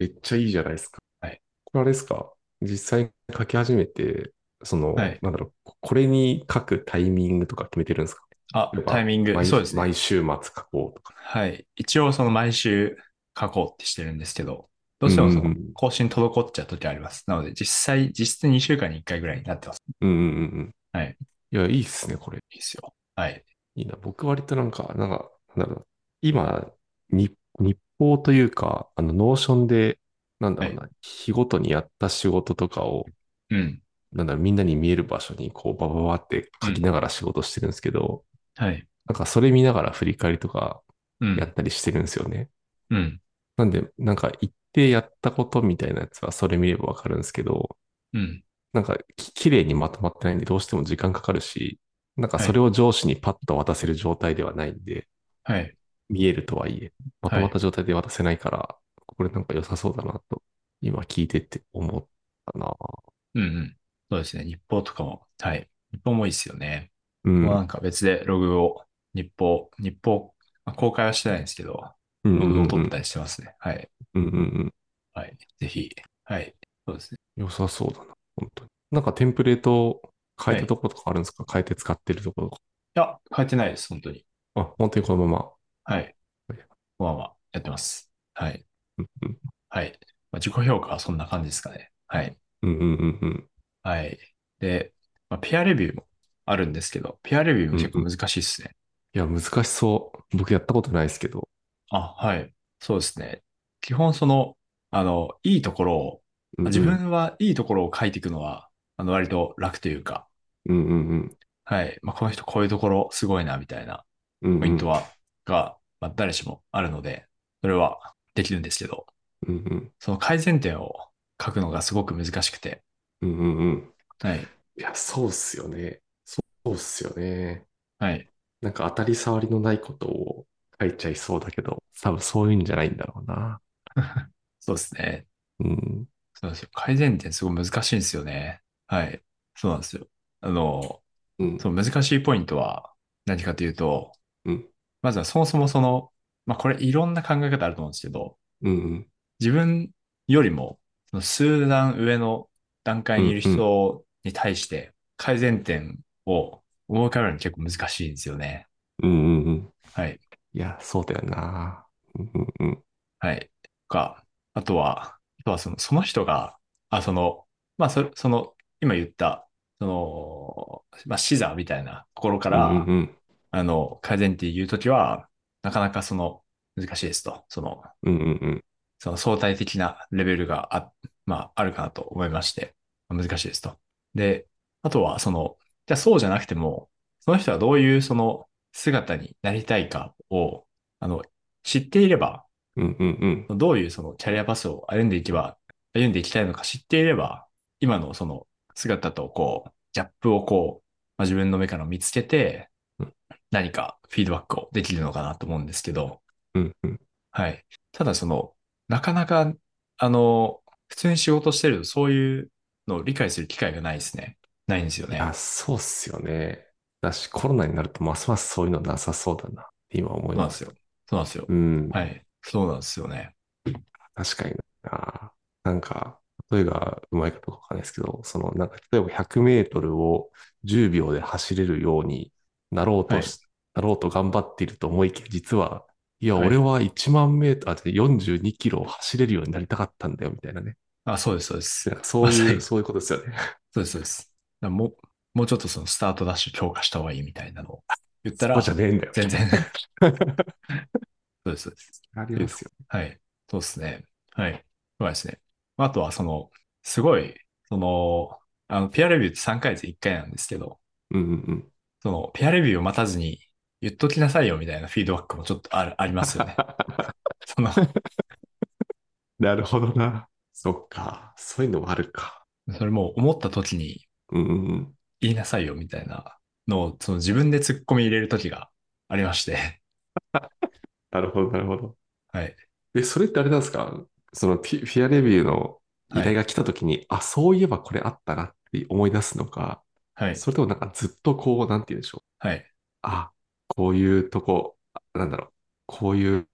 [SPEAKER 2] めっちゃいいじゃないですか。
[SPEAKER 1] はい。
[SPEAKER 2] これあれですか実際に書き始めて、その、
[SPEAKER 1] はい
[SPEAKER 2] なんだろう、ここれに書くタイミングとか決めてるんですか
[SPEAKER 1] な。あ
[SPEAKER 2] やっ、ぱ
[SPEAKER 1] タイミング、
[SPEAKER 2] 毎
[SPEAKER 1] そうですね。
[SPEAKER 2] 毎週末書こうとか。
[SPEAKER 1] はい。一応、その毎週書こうってしてるんですけど、どうしてもそ
[SPEAKER 2] うんう
[SPEAKER 1] の
[SPEAKER 2] んうん
[SPEAKER 1] 更新滞っちゃう時あります。なので、実際、実質2週間に1回ぐらいになってます。
[SPEAKER 2] うんうんうんうん。
[SPEAKER 1] はい。
[SPEAKER 2] いや、いいっすね、これ。
[SPEAKER 1] いいですよ。はい。
[SPEAKER 2] いいな。僕割となんか、なんか、なんだろう。今、日日報というか、あの、ノーションで、なんだろうな、日ごとにやった仕事とかを、
[SPEAKER 1] うん。
[SPEAKER 2] なんだろう、みんなに見える場所に、こう、バババって書きながら仕事してるんですけど、
[SPEAKER 1] はい。
[SPEAKER 2] なんか、それ見ながら振り返りとか
[SPEAKER 1] う
[SPEAKER 2] や
[SPEAKER 1] ん。
[SPEAKER 2] ったりしてるんですよね。
[SPEAKER 1] うん。
[SPEAKER 2] なんで、なんか、行ってやったことみたいなやつは、それ見ればわかるんですけど、
[SPEAKER 1] うん。
[SPEAKER 2] なんか、き綺麗にまとまってないんで、どうしても時間かかるし、なんか、
[SPEAKER 1] はい
[SPEAKER 2] それを上司にパッと渡せる状態ではないんで、
[SPEAKER 1] はい。
[SPEAKER 2] 見えるとはいえ、まとまった状態で渡せないから、これなんか良さそうだなと、今聞いてって思ったな。
[SPEAKER 1] うんうん。そうですね。日報とかも。はい。日報もいいですよね。
[SPEAKER 2] うん。
[SPEAKER 1] まあなんか別でログを、日報、日報、まあ公開はしてないんですけど、
[SPEAKER 2] うんう
[SPEAKER 1] ロ
[SPEAKER 2] ん
[SPEAKER 1] グ
[SPEAKER 2] う
[SPEAKER 1] を
[SPEAKER 2] ん
[SPEAKER 1] 取ったりしてますね。はい。
[SPEAKER 2] うんうんうん。
[SPEAKER 1] はい。ぜひ。はい。そうですね。
[SPEAKER 2] 良さそうだな、本当に。なんかテンプレートを変えたとことかあるんですか、変えて使ってるとことか。
[SPEAKER 1] いや、変えてないです。本当に。
[SPEAKER 2] あ、本当にこのまま。
[SPEAKER 1] はい
[SPEAKER 2] はい。
[SPEAKER 1] まあまあ、やってます。はい。
[SPEAKER 2] うんうん
[SPEAKER 1] はい。まあ、自己評価はそんな感じですかね。はい。
[SPEAKER 2] うんうんうんうん。
[SPEAKER 1] はい。で、まあ、ペアレビューもあるんですけど、ペアレビューも結構難しいですね。
[SPEAKER 2] いや、難しそう。僕やったことないですけど。
[SPEAKER 1] あ、はい。そうですね。基本その、あの、いいところを、
[SPEAKER 2] うんうん
[SPEAKER 1] 自分はいいところを書いていくのは、あの、割と楽というか、
[SPEAKER 2] うんうんうん。
[SPEAKER 1] はい。まあ、この人こういうところすごいな、みたいな
[SPEAKER 2] うんうん
[SPEAKER 1] ポイントは、が、まあ、誰しもあるので、それはできるんですけど、
[SPEAKER 2] うんうん
[SPEAKER 1] その改善点を書くのがすごく難しくて、
[SPEAKER 2] うんうんうん。
[SPEAKER 1] はい。
[SPEAKER 2] いや、そうっすよね。そうっすよね。
[SPEAKER 1] はい。
[SPEAKER 2] なんか当たり障りのないことを書いちゃいそうだけど、多分そういうんじゃないんだろうな。
[SPEAKER 1] そうですね。
[SPEAKER 2] うん。
[SPEAKER 1] そうですよ。改善点すごい難しいんですよね。はい。そうなんですよ。あの、
[SPEAKER 2] うん。
[SPEAKER 1] その難しいポイントは何かというと、
[SPEAKER 2] うん
[SPEAKER 1] まずはそもそもその、まあこれいろんな考え方あると思うんですけど、
[SPEAKER 2] うんうん。
[SPEAKER 1] 自分よりもその数段上の段階にいる人に対して改善点を思い浮かべるの結構難しいんですよね。
[SPEAKER 2] うんうんうん。
[SPEAKER 1] はい。
[SPEAKER 2] いや、そうだよな。うんうんうん。
[SPEAKER 1] はい。か、あとは、あとはその、その人が、あ、その、まあ、そ、その、今言った、その、まあ、視座みたいな心から、
[SPEAKER 2] うんうん
[SPEAKER 1] あの、改善っていうときは、なかなかその、難しいですと、その、
[SPEAKER 2] うん。うんうんうん。
[SPEAKER 1] その相対的なレベルがあ、まあ、あるかなと思いまして、まあ難しいですと。で、あとは、その、じゃあそうじゃなくても、その人はどういうその姿になりたいかを、あの、知っていれば、
[SPEAKER 2] うんうんうん。
[SPEAKER 1] どういうそのキャリアパスを歩んでいけば、歩んでいきたいのか知っていれば、今のその姿とこう、ギャップをこう、まあ、自分の目から見つけて
[SPEAKER 2] うん、
[SPEAKER 1] 何かフィードバックをできるのかなと思うんですけど、
[SPEAKER 2] うんうん。
[SPEAKER 1] はい。ただその、なかなか、あの、普通に仕事してるとそういうのを理解する機会がないですね。ないんですよ
[SPEAKER 2] い
[SPEAKER 1] ね。
[SPEAKER 2] や、そうっすよね。だし、コロナになるとますますそういうのなさそうだなって今思
[SPEAKER 1] そ
[SPEAKER 2] い
[SPEAKER 1] な
[SPEAKER 2] う
[SPEAKER 1] ん
[SPEAKER 2] ま
[SPEAKER 1] です
[SPEAKER 2] す。
[SPEAKER 1] よ。そうなんですよ。
[SPEAKER 2] うん。
[SPEAKER 1] はい。そうなんですよね。
[SPEAKER 2] 確かにな。なんか、例えがうまいかどうかわかんないですけど、その、なんか、例えば100メートルを10秒で走れるようになろうとし、なろうと頑張っていると思いきや、実は、いや、
[SPEAKER 1] はい
[SPEAKER 2] 俺は1万メートル、あ、じゃあ42キロを走れるようになりたかったんだよ、みたいなね。
[SPEAKER 1] あ、そうです、そうです。
[SPEAKER 2] なんかそう
[SPEAKER 1] まさ
[SPEAKER 2] いう、
[SPEAKER 1] に
[SPEAKER 2] そういうことですよね。
[SPEAKER 1] そうです、そうです。だからもう、もうちょっとそのスタートダッシュ強化した方がいいみたいなのを言ったら、
[SPEAKER 2] そうじゃねえんだよ。
[SPEAKER 1] 全 然。そうです、そうです。
[SPEAKER 2] ありますよ。
[SPEAKER 1] はい。そうですね。はい。そうですね。あとは、その、すごい、その、あの、ペアレビューって3ヶ月1回なんですけど、
[SPEAKER 2] うんうんうん。
[SPEAKER 1] その、ペアレビューを待たずに言っときなさいよみたいなフィードバックもちょっとある、あります よね。その、
[SPEAKER 2] なるほどな。そっか。そういうのもあるか。
[SPEAKER 1] それもう思った時に
[SPEAKER 2] うんうんうん。
[SPEAKER 1] 言いなさいよみたいなのを、その自分で突っ込み入れる時がありまして、
[SPEAKER 2] なるほど、なるほど。
[SPEAKER 1] はい。
[SPEAKER 2] で、それってあれなんですかそのピピアレビューの依頼が来た時に、あ、そういえばこれあったなって思い出すのか、
[SPEAKER 1] はい。
[SPEAKER 2] それともなんかずっとこう、なんて言うんでしょう。
[SPEAKER 1] はい。
[SPEAKER 2] あ、こういうとこ、あなんだろう。こういう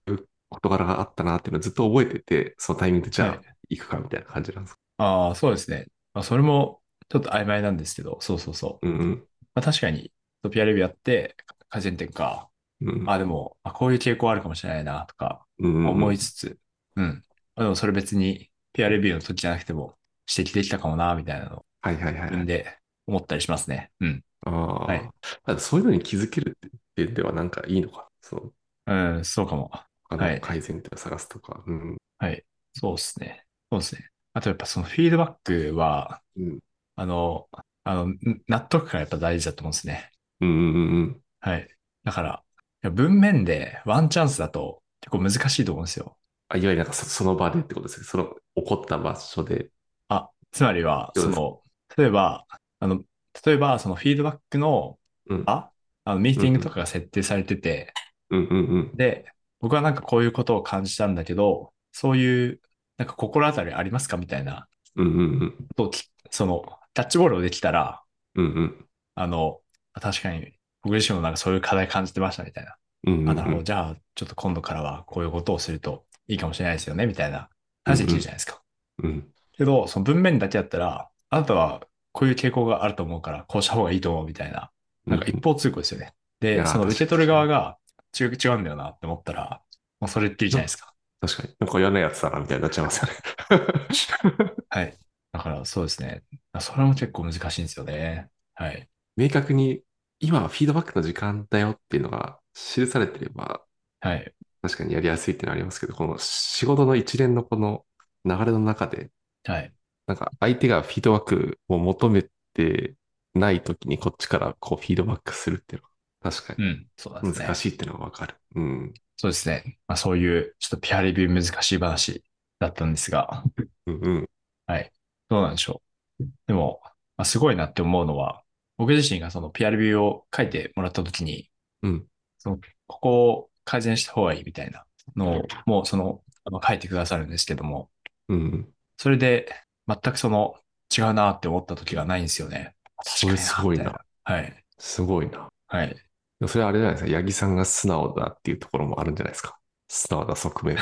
[SPEAKER 2] 事柄があったなっていうのをずっと覚えてて、そのタイミングでじゃ
[SPEAKER 1] は
[SPEAKER 2] あ行くかみたいな感じなんですか。
[SPEAKER 1] ああ、そうですね。まあ、それもちょっと曖昧なんですけど、そうそうそう。
[SPEAKER 2] うんうん。
[SPEAKER 1] まあ、確かに、ピアレビューやって、改善点か。
[SPEAKER 2] うんうん
[SPEAKER 1] あ、でも、あこういう傾向あるかもしれないな、とか
[SPEAKER 2] うんうんうん
[SPEAKER 1] 思いつつ、うん。あでも、それ別に、ピアレビューの時じゃなくても、指摘できたかもな、みたいなのを、
[SPEAKER 2] はいはいはい
[SPEAKER 1] 自
[SPEAKER 2] はい
[SPEAKER 1] 分。で思ったりしますね。うん。
[SPEAKER 2] ああ、
[SPEAKER 1] はい
[SPEAKER 2] だからそういうのに気づけるって点ではなんかいいのか。その
[SPEAKER 1] うん、そうかも。
[SPEAKER 2] 他
[SPEAKER 1] は
[SPEAKER 2] の
[SPEAKER 1] い
[SPEAKER 2] 改善点を探すとか。うん。
[SPEAKER 1] はい。そうですね。そうですね。あと、やっぱそのフィードバックは、
[SPEAKER 2] うん。
[SPEAKER 1] あの、あの、ん納得感やっぱ大事だと思うんですね。
[SPEAKER 2] うんうんうん
[SPEAKER 1] はい。だから、いや文面でワンチャンスだと結構難しいと思うんですよ。
[SPEAKER 2] あ。いわゆるなんかそその場でってことですね。その起こった場所で。
[SPEAKER 1] あ、つまりは、
[SPEAKER 2] そう
[SPEAKER 1] そ
[SPEAKER 2] です
[SPEAKER 1] の、例えば、あの、例えば、そのフィードバックの
[SPEAKER 2] うん。
[SPEAKER 1] 場、あの、ミーティングとかが設定されてて、
[SPEAKER 2] うんうんうん。
[SPEAKER 1] で、僕はなんかこういうことを感じたんだけど、そういう、なんか心当たりありますかみたいな
[SPEAKER 2] うんうんうん。
[SPEAKER 1] ことをきその、キャッチボールをできたら、
[SPEAKER 2] うんうん。
[SPEAKER 1] あの、あ確かに、僕自身もなんかそういう課題感じてましたみたいな。
[SPEAKER 2] うんうんうん
[SPEAKER 1] あ、なるほど。じゃあ、ちょっと今度からはこういうことをするといいかもしれないですよね、みたいな話できるじゃないですか。
[SPEAKER 2] うん。
[SPEAKER 1] けど、その文面だけだったら、あなたはこういう傾向があると思うから、こうした方がいいと思うみたいな、なんか一方通行ですよね。
[SPEAKER 2] いや
[SPEAKER 1] で、
[SPEAKER 2] ー
[SPEAKER 1] その受け取る側が違う違うんだよなって思ったら、もうそれっていいじゃないですか。
[SPEAKER 2] 確かに。なんか嫌なやつだなみたいになっちゃいますよね。
[SPEAKER 1] はい。だからそうですね。それも結構難しいんですよね。はい。
[SPEAKER 2] 明確に、今はフィードバックの時間だよっていうのが記されてれば、
[SPEAKER 1] はい。
[SPEAKER 2] 確かにやりやすいっていうのはありますけど、この仕事の一連のこの流れの中で、
[SPEAKER 1] はい。
[SPEAKER 2] なんか相手がフィードバックを求めてないときにこっちからこうフィードバックするっていうのは確か
[SPEAKER 1] う
[SPEAKER 2] に
[SPEAKER 1] ん。そうなんですね
[SPEAKER 2] 難。しいっていうのはわかる。うん。
[SPEAKER 1] そうですね。まあ、そういう、ちょっとピアレビュー難しい話だったんですが、
[SPEAKER 2] うんうん。
[SPEAKER 1] どうなんでしょう。でも、まあ、すごいなって思うのは、僕自身がそのピアレビューを書いてもらったときに、
[SPEAKER 2] うん
[SPEAKER 1] その、ここを改善した方がいいみたいなのを、もうその、あの書いてくださるんですけども、
[SPEAKER 2] うんうん。
[SPEAKER 1] それで、全くその、違うなって思った時がないんですよね。
[SPEAKER 2] それすごいな
[SPEAKER 1] 確かにみたい
[SPEAKER 2] すごいな。
[SPEAKER 1] な。はい。はい。
[SPEAKER 2] でもそれはあれじゃないですか。八木さんが素直だっていうところもあるんじゃないですか。素直な側 面。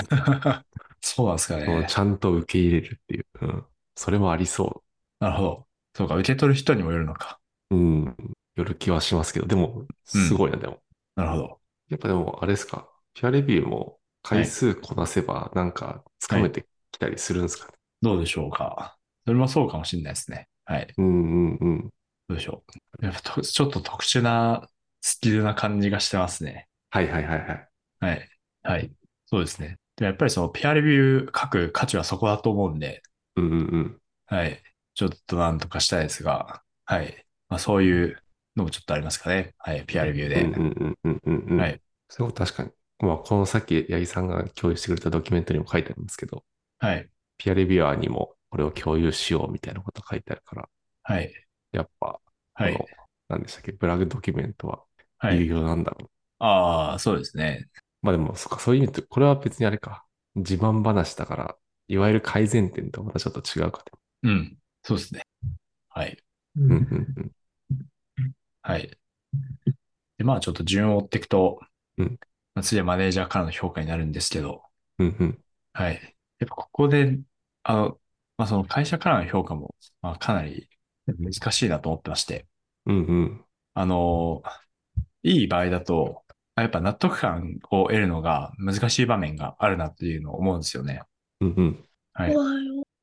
[SPEAKER 1] そうなんですかね。
[SPEAKER 2] こうちゃんと受け入れるっていう。うん。それもありそ
[SPEAKER 1] なるほど。そうか、受け取る人にもよるのか。
[SPEAKER 2] う。うん。よる気はしますけど、でも、すごいな、でも。
[SPEAKER 1] なるほど。
[SPEAKER 2] やっぱでも、あれですか。ピアレビューも回数こなせば、なんか、つかめてきたりするんですかね。
[SPEAKER 1] どうでしょうか。それもそうかもしれないですね。はい。
[SPEAKER 2] うんうんうん。
[SPEAKER 1] どうでしょう。やっぱとちょっと特殊なスキルな感じがしてますね。
[SPEAKER 2] はいはいはいはい。
[SPEAKER 1] はい。はい。そうですね。でやっぱりそのペアレビュー書く価値はそこだと思うんで、
[SPEAKER 2] うんうんうん。
[SPEAKER 1] はい。ちょっとなんとかしたいですが、はい。まあそういうのもちょっとありますかね。はい。ペアレビューで。
[SPEAKER 2] うんうんうんうんうん。
[SPEAKER 1] はい。
[SPEAKER 2] そう、確かに。まあ、このさっき、八木さんが共有してくれたドキュメントにも書いてあるんですけど、
[SPEAKER 1] はい。
[SPEAKER 2] ピアレビュアーにもこれを共有しようみたいなことが書いてあるから、
[SPEAKER 1] はい。
[SPEAKER 2] やっぱ、
[SPEAKER 1] は
[SPEAKER 2] この
[SPEAKER 1] い。、
[SPEAKER 2] 何でしたっけ、ブラグドキュメントは
[SPEAKER 1] は
[SPEAKER 2] 有
[SPEAKER 1] い。
[SPEAKER 2] 用なんだろう。
[SPEAKER 1] ああ、そうですね。
[SPEAKER 2] まあでも、そっか、そういう意味で、これは別にあれか、自慢話だから、いわゆる改善点とまたちょっと違うかと。
[SPEAKER 1] うん。そうですね。はい。
[SPEAKER 2] うんうん
[SPEAKER 1] はい。で、まあちょっと順を追っていくと、
[SPEAKER 2] うん
[SPEAKER 1] まあ次はマネージャーからの評価になるんですけど、
[SPEAKER 2] うんうん。
[SPEAKER 1] はい。やっぱここで、あの、まあ、その会社からの評価も、まあ、かなり難しいなと思ってまして、
[SPEAKER 2] うんうん。
[SPEAKER 1] あの、いい場合だと、あやっぱ納得感を得るのが難しい場面があるなっていうのを思うんですよね。
[SPEAKER 2] うんうん。
[SPEAKER 1] はい。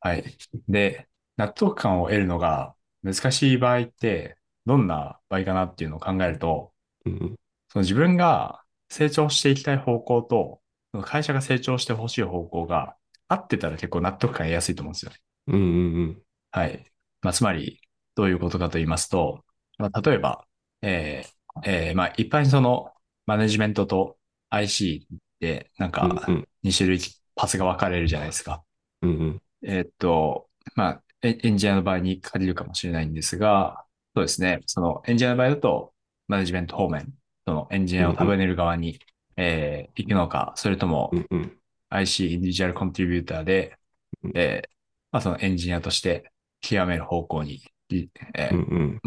[SPEAKER 1] はい。で、納得感を得るのが難しい場合って、どんな場合かなっていうのを考えると、
[SPEAKER 2] うんうん。
[SPEAKER 1] その自分が成長していきたい方向と、その会社が成長してほしい方向が合ってたら結構納得感得やすいと思うんですよね。
[SPEAKER 2] うんうんうん。
[SPEAKER 1] はい。まあ、つまり、どういうことかと言いますと、まあ、例えば、えーえーまあ、一般にその、マネジメントと IC で、なんか
[SPEAKER 2] う、ん
[SPEAKER 1] 2種類パスが分かれるじゃないですか。
[SPEAKER 2] うんうん
[SPEAKER 1] えーっと、まあ、エエンジニアの場合に限るかもしれないんですが、そうですね。そのエンジニアの場合だと、マネジメント方面、そのエンジニアを束ねる側に、えー行くのか、それとも
[SPEAKER 2] う、んうん。
[SPEAKER 1] IC インディビジュアルコントリビューターで
[SPEAKER 2] うん、
[SPEAKER 1] えーまあ、そのエンジニアとして極める方向に、ぎえー
[SPEAKER 2] うんうん。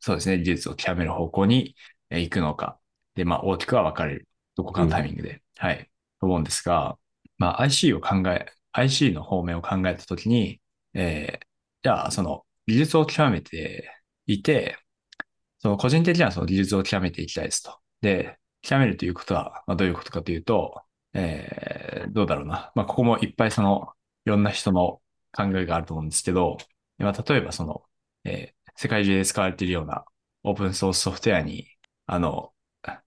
[SPEAKER 1] そうですね、技術を極める方向にえー行くのか。で、まあ、大きくは分かれる。どこかのタイミングで。はい。と思うんですが、まあ、IC を考え、IC の方面を考えたときに、えーじゃあ、その、技術を極めていて、その個人的にはその技術を極めていきたいですと。で、極めるということは、まあ、どういうことかというと、えーどうだろうな。まあ、ここもいっぱいその、いろんな人の考えがあると思うんですけど、まあ、例えばその、えー世界中で使われているようなオープンソースソフトウェアに、あの、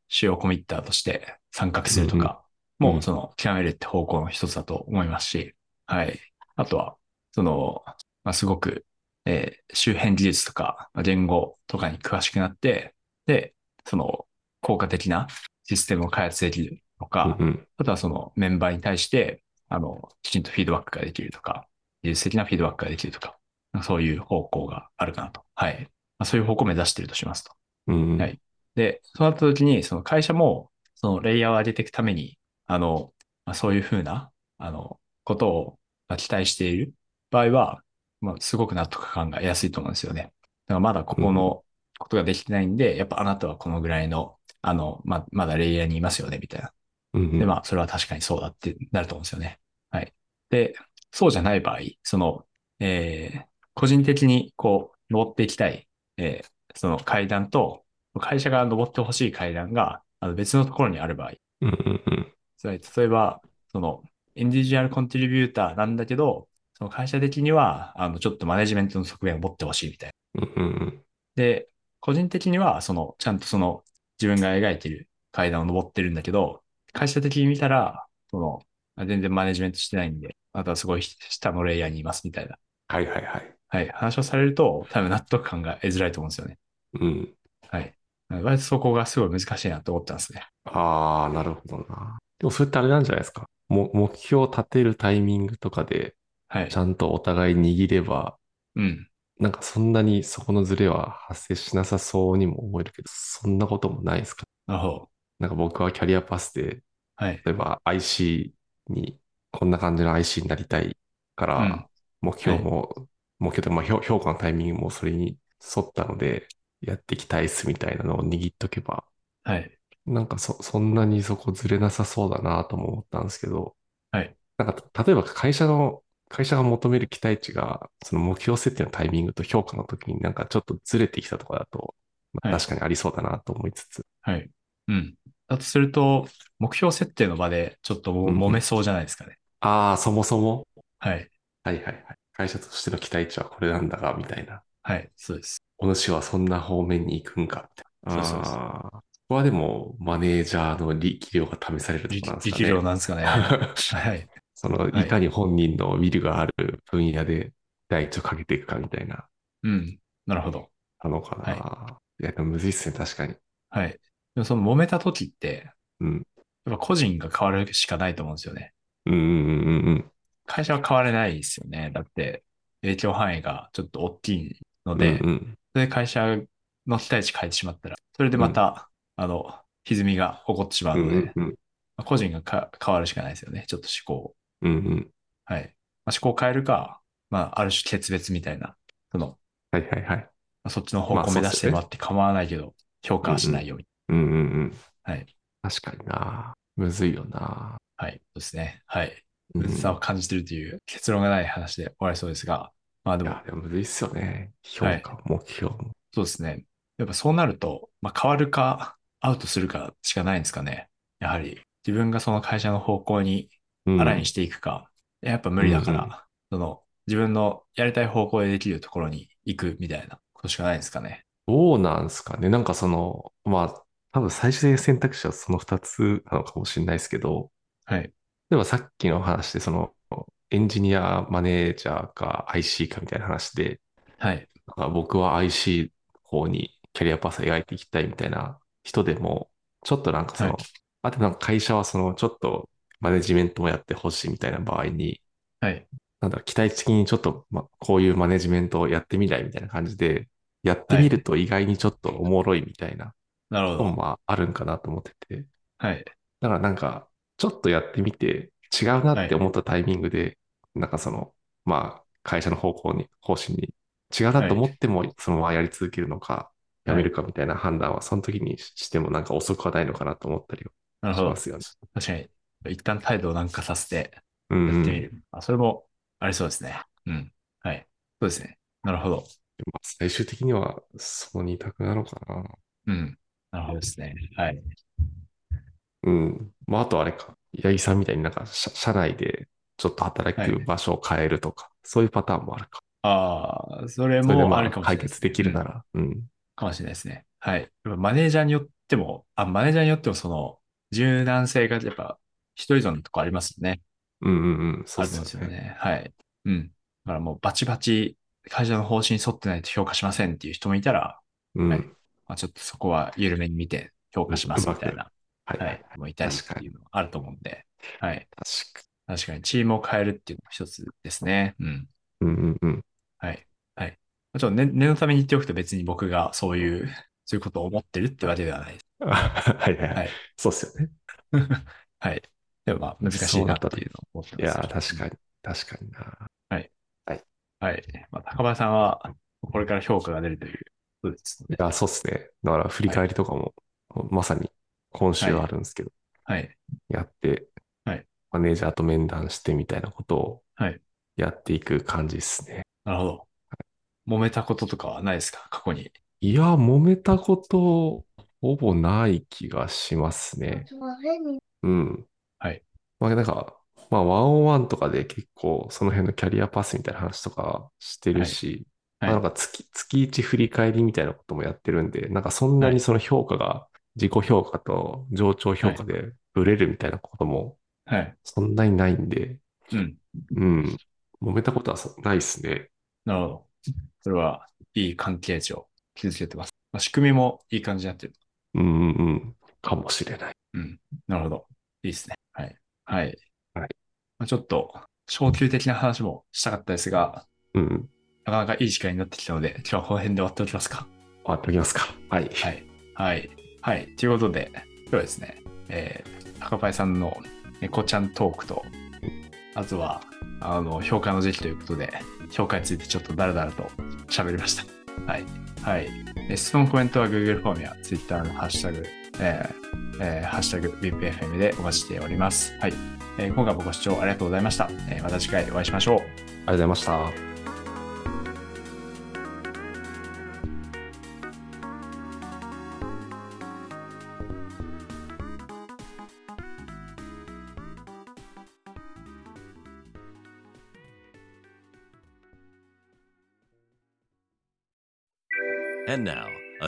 [SPEAKER 1] 主要コミッターとして参画するとか、
[SPEAKER 2] うんうん
[SPEAKER 1] もうその、極めるって方向の一つだと思いますし、はい。あとは、その、まあ、すごく、えー周辺技術とか、まあ言語とかに詳しくなって、で、その、効果的なシステムを開発できるとか、
[SPEAKER 2] うんうん。
[SPEAKER 1] あとはそのメンバーに対して、あの、きちんとフィードバックができるとか、技術的なフィードバックができるとか、そういう方向があるかなと。はい。まあ、そういう方向を目指しているとしますと。
[SPEAKER 2] うんうん。
[SPEAKER 1] はいで、そうなった時に、その会社も、そのレイヤーを上げていくために、あの、まあ、そういうふうな、あの、ことをまあ期待している場合は、まあ、すごく納得感が得やすいと思うんですよね。だからまだここのことができてないんで、やっぱあなたはこのぐらいの、あの、ま、まだレイヤーにいますよね、みたいな。
[SPEAKER 2] うんうん。
[SPEAKER 1] で、まあ、それは確かにそうだってなると思うんですよね。はい。で、そうじゃない場合、その、えー個人的にこう、登っていきたい、えーその階段と、会社が登ってほしい階段が、あの別のところにある場合、
[SPEAKER 2] うんうんうん。
[SPEAKER 1] つまり例えば、その、インディビジュアルコントリビューターなんだけど、その会社的には、あの、ちょっとマネジメントの側面を持ってほしいみたいな。
[SPEAKER 2] うんうんうん。
[SPEAKER 1] で、個人的には、その、ちゃんとその、自分が描いてる階段を登ってるんだけど、会社的に見たら、その、あ全然マネジメントしてないんで、あなたはすごい下のレイヤーにいますみたいな、
[SPEAKER 2] はいはいはい。
[SPEAKER 1] はい、話をされると、多分納得感が得づらいと思うんですよね。
[SPEAKER 2] うん。
[SPEAKER 1] はい。割とそこがすごい難しいなと思ったんですね。
[SPEAKER 2] ああ、なるほどな。でもそれってあれなんじゃないですか。も、目標を立てるタイミングとかで、
[SPEAKER 1] はい
[SPEAKER 2] ち。ゃんとお互い握れば、
[SPEAKER 1] うん。
[SPEAKER 2] なんかそんなにそこのズレは発生しなさそうにも思えるけど、そんなこともないですか
[SPEAKER 1] なるほど。
[SPEAKER 2] なんか僕はキャリアパスで、
[SPEAKER 1] はい。
[SPEAKER 2] 例えば IC に、こんな感じの IC になりたいか
[SPEAKER 1] うん
[SPEAKER 2] ら、目標も、目標というかまあ評評価のタイミングもそれに沿ったので、やっていきたいっすみたいなのを握っとけば、
[SPEAKER 1] はい。
[SPEAKER 2] なんかそ、そんなにそこずれなさそうだなとも思ったんですけど、
[SPEAKER 1] はい。
[SPEAKER 2] なんか、例えば会社の、会社が求める期待値が、その目標設定のタイミングと評価の時になんかちょっとずれてきたとかだと、まあ
[SPEAKER 1] はい
[SPEAKER 2] 確かにありそうだなと思いつつ、
[SPEAKER 1] はい。うん。だとすると、目標設定の場で、ちょっとも
[SPEAKER 2] うんうん
[SPEAKER 1] 揉めそうじゃないですかね。
[SPEAKER 2] ああ、そもそも、
[SPEAKER 1] はい。
[SPEAKER 2] はいはいはい。会社としての期待値はこれなんだが、みたいな。
[SPEAKER 1] はい。そうです。
[SPEAKER 2] お主はそんな方面に行くんか、みたいな。
[SPEAKER 1] そうそうそう
[SPEAKER 2] あーここはでも、マネージャーの力量が試されるとこなんですか
[SPEAKER 1] 力量
[SPEAKER 2] ね。
[SPEAKER 1] なんですかね。はい。
[SPEAKER 2] その、
[SPEAKER 1] はい
[SPEAKER 2] いかに本人のビルがある分野で第一をかけていくかみたいな
[SPEAKER 1] うん。なるほど。
[SPEAKER 2] のかな。い、や、でもむずいっすね、確かに。
[SPEAKER 1] はい。でもその揉めた時って、
[SPEAKER 2] うん。
[SPEAKER 1] やっぱ個人が変わるしかないと思うんですよね。
[SPEAKER 2] うんうんうんうん
[SPEAKER 1] 会社は変われないですよね。だって影響範囲がちょっと大きいの
[SPEAKER 2] うん。
[SPEAKER 1] で、
[SPEAKER 2] うんうん、
[SPEAKER 1] それで会社の期待値変えてしまったら、それでまた、あの、歪みが起こってしまう
[SPEAKER 2] う
[SPEAKER 1] ので、
[SPEAKER 2] んうん
[SPEAKER 1] まあ個人がか変わるしかないですよね。ちょっと思考を
[SPEAKER 2] うんうん。
[SPEAKER 1] はい。まあ、思考を変えるか、まあ、ある種決別みたいな、その、
[SPEAKER 2] はいはいはい。
[SPEAKER 1] まあそっちの方
[SPEAKER 2] まあ
[SPEAKER 1] 向
[SPEAKER 2] そ
[SPEAKER 1] 目
[SPEAKER 2] うで
[SPEAKER 1] 指
[SPEAKER 2] す
[SPEAKER 1] してもらって構わないけど、評価はしないように。
[SPEAKER 2] うんうんうん。
[SPEAKER 1] はい。
[SPEAKER 2] 確かにな。むずいよな。
[SPEAKER 1] はい。そうですね。はい。
[SPEAKER 2] うん
[SPEAKER 1] むずさを感じてるという結論がない話で終わりそうですが、まあで
[SPEAKER 2] い
[SPEAKER 1] も、
[SPEAKER 2] や、でもむずいっすよね。評価、目標も。
[SPEAKER 1] そうですね。やっぱそうなると、まあ、変わるか、アウトするかしかないんですかね。やはり、自分がその会社の方向に
[SPEAKER 2] うん
[SPEAKER 1] 腹にしていくか、やっぱ無理だか
[SPEAKER 2] うんうん
[SPEAKER 1] ら、その、自分のやりたい方向でできるところに行くみたいなことしかないんですかね。
[SPEAKER 2] どうなんすかね。なんかその、まあ、多分最終的な選択肢はその2つなのかもしれないですけど、
[SPEAKER 1] はい。
[SPEAKER 2] 例えばさっきの話で、その、エンジニア、マネージャーか IC かみたいな話で、
[SPEAKER 1] はい。
[SPEAKER 2] なんか僕は IC の方にキャリアパスを描いていきたいみたいな人でも、ちょっとなんかその、
[SPEAKER 1] はい
[SPEAKER 2] あとなんか会社はその、ちょっとマネジメントもやってほしいみたいな場合に、
[SPEAKER 1] はい。
[SPEAKER 2] なんだろう、期待値的にちょっと、ま、こういうマネジメントをやってみないみたいな感じで、やってみると意外にちょっとおもろいみたいな
[SPEAKER 1] なるほ
[SPEAKER 2] 本
[SPEAKER 1] ど。
[SPEAKER 2] はあるんかなと思ってて、
[SPEAKER 1] はい。
[SPEAKER 2] だからなんか、ちょっとやってみて、違うなって思ったタイミングで、なんかその、まあ、会社の方向に、方針に、違うなと思っても、そのままやり続けるのか、
[SPEAKER 1] い
[SPEAKER 2] やめるかみたいな判断は、その時にしてもなんか遅くはないのかなと思ったりは
[SPEAKER 1] なる
[SPEAKER 2] し
[SPEAKER 1] ほど
[SPEAKER 2] ま。すよね。
[SPEAKER 1] 確かに。一旦態度を軟化させて、
[SPEAKER 2] う
[SPEAKER 1] や
[SPEAKER 2] ん、
[SPEAKER 1] ってみる。あ、それもありそうですね。うん。はい。そうですね。なるほど。
[SPEAKER 2] まあ最終的には、その二択なのかな。
[SPEAKER 1] うん。なるほどですね。はい。
[SPEAKER 2] うん。まあ、あとあれか。八木さんみたいになんか社、社内でちょっと働
[SPEAKER 1] はい
[SPEAKER 2] く場所を変えるとか、そういうパターンもあるか。
[SPEAKER 1] ああ、それ
[SPEAKER 2] それで
[SPEAKER 1] も
[SPEAKER 2] ま
[SPEAKER 1] あ
[SPEAKER 2] あ
[SPEAKER 1] るかもしれ
[SPEAKER 2] 解
[SPEAKER 1] ないす
[SPEAKER 2] 決できるな
[SPEAKER 1] うん
[SPEAKER 2] ら。うん。
[SPEAKER 1] かもしれないですね。はい。やっぱマネージャーによっても、あ、マネージャーによってもその柔軟性がやっぱ人依存のとこありますよね。
[SPEAKER 2] うんうんうん。そ
[SPEAKER 1] あ
[SPEAKER 2] う
[SPEAKER 1] る
[SPEAKER 2] で
[SPEAKER 1] んですす
[SPEAKER 2] よ
[SPEAKER 1] よ
[SPEAKER 2] ね。
[SPEAKER 1] ね。はい。うん。だからもうバチバチ会社の方針に沿ってないと評価しませんっていう人もいたら、
[SPEAKER 2] うん。
[SPEAKER 1] はいまあ、ちょっとそこは緩めに見て評価しますみたいな、
[SPEAKER 2] はい。
[SPEAKER 1] はい。もういたりっ
[SPEAKER 2] 確か
[SPEAKER 1] て
[SPEAKER 2] に
[SPEAKER 1] いうのはあると思うんで、はい。
[SPEAKER 2] 確か
[SPEAKER 1] 確かに、チームを変えるっていうのも一つですね。うん。
[SPEAKER 2] に。うんうんうん。
[SPEAKER 1] はい。はい。ちょっとね念のために言っておくと別に僕がそういう、そういうことを思ってるってわけではないです。
[SPEAKER 2] はいはい
[SPEAKER 1] は
[SPEAKER 2] はいい。そうっすよね。
[SPEAKER 1] はい。でもまあ、難しいなっていうのを思って
[SPEAKER 2] い
[SPEAKER 1] ま
[SPEAKER 2] や
[SPEAKER 1] す。
[SPEAKER 2] ー、確かに。確かにな。
[SPEAKER 1] はい。まあ、高林さんは、これから評価が出るということですの
[SPEAKER 2] い
[SPEAKER 1] で、
[SPEAKER 2] やー、そうっすね。だから振り返りとかも、まさに今週あるんですけど、
[SPEAKER 1] はい。
[SPEAKER 2] やって
[SPEAKER 1] はい、
[SPEAKER 2] マネージャーと面談してみたいなことを
[SPEAKER 1] はい
[SPEAKER 2] やっていく感じですね。
[SPEAKER 1] なるほど。揉めたこととかはないですか過去に。
[SPEAKER 2] いや、揉めたこと、ほぼない気がしますね。うん。
[SPEAKER 1] はい。
[SPEAKER 2] まあ、なんか、まあ、ワンオンワンとかで結構、その辺のキャリアパスみたいな話とかしてるし、
[SPEAKER 1] はい
[SPEAKER 2] まあなんか月、月一振り返りみたいなこともやってるんで、なんかそんなにその評価が、自己評価と上長評価でブレるみたいなことも
[SPEAKER 1] はい。
[SPEAKER 2] そんなにないんで、
[SPEAKER 1] うん。
[SPEAKER 2] うん。揉めたことはそないですね。
[SPEAKER 1] なるほど。それは、いい関係値を築けてます。まあ、仕組みもいい感じになってる。
[SPEAKER 2] うんうんうん。かもしれない。
[SPEAKER 1] うん。なるほど。いいですね。はい。はい。
[SPEAKER 2] はい
[SPEAKER 1] まあ、ちょっと、昇級的な話もしたかったですが、
[SPEAKER 2] うん。
[SPEAKER 1] なかなかいい時間になってきたので、今日はこの辺で終わっておきますか。
[SPEAKER 2] 終わっておきますか。はい。
[SPEAKER 1] はい。はい。はい。ということで、今日はですね、えー、高パイさんの猫ちゃんトークと、あとは、あの、評価の時期ということで、評価についてちょっとダラダラと喋りました。はい。はい。えー質問、コメントは Google フォームや Twitter のハッシュタグ、えーえーハッシュタグ VIPFM でお待ちしております。はい。えー今回もご視聴ありがとうございました。えーまた次回お会いしましょう。
[SPEAKER 2] ありがとうございました。
[SPEAKER 3] And now, a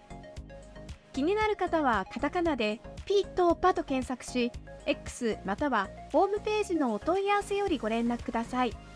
[SPEAKER 4] 気になる方はカタカナで「ピーとパ」と検索し X またはホームページのお問い合わせよりご連絡ください。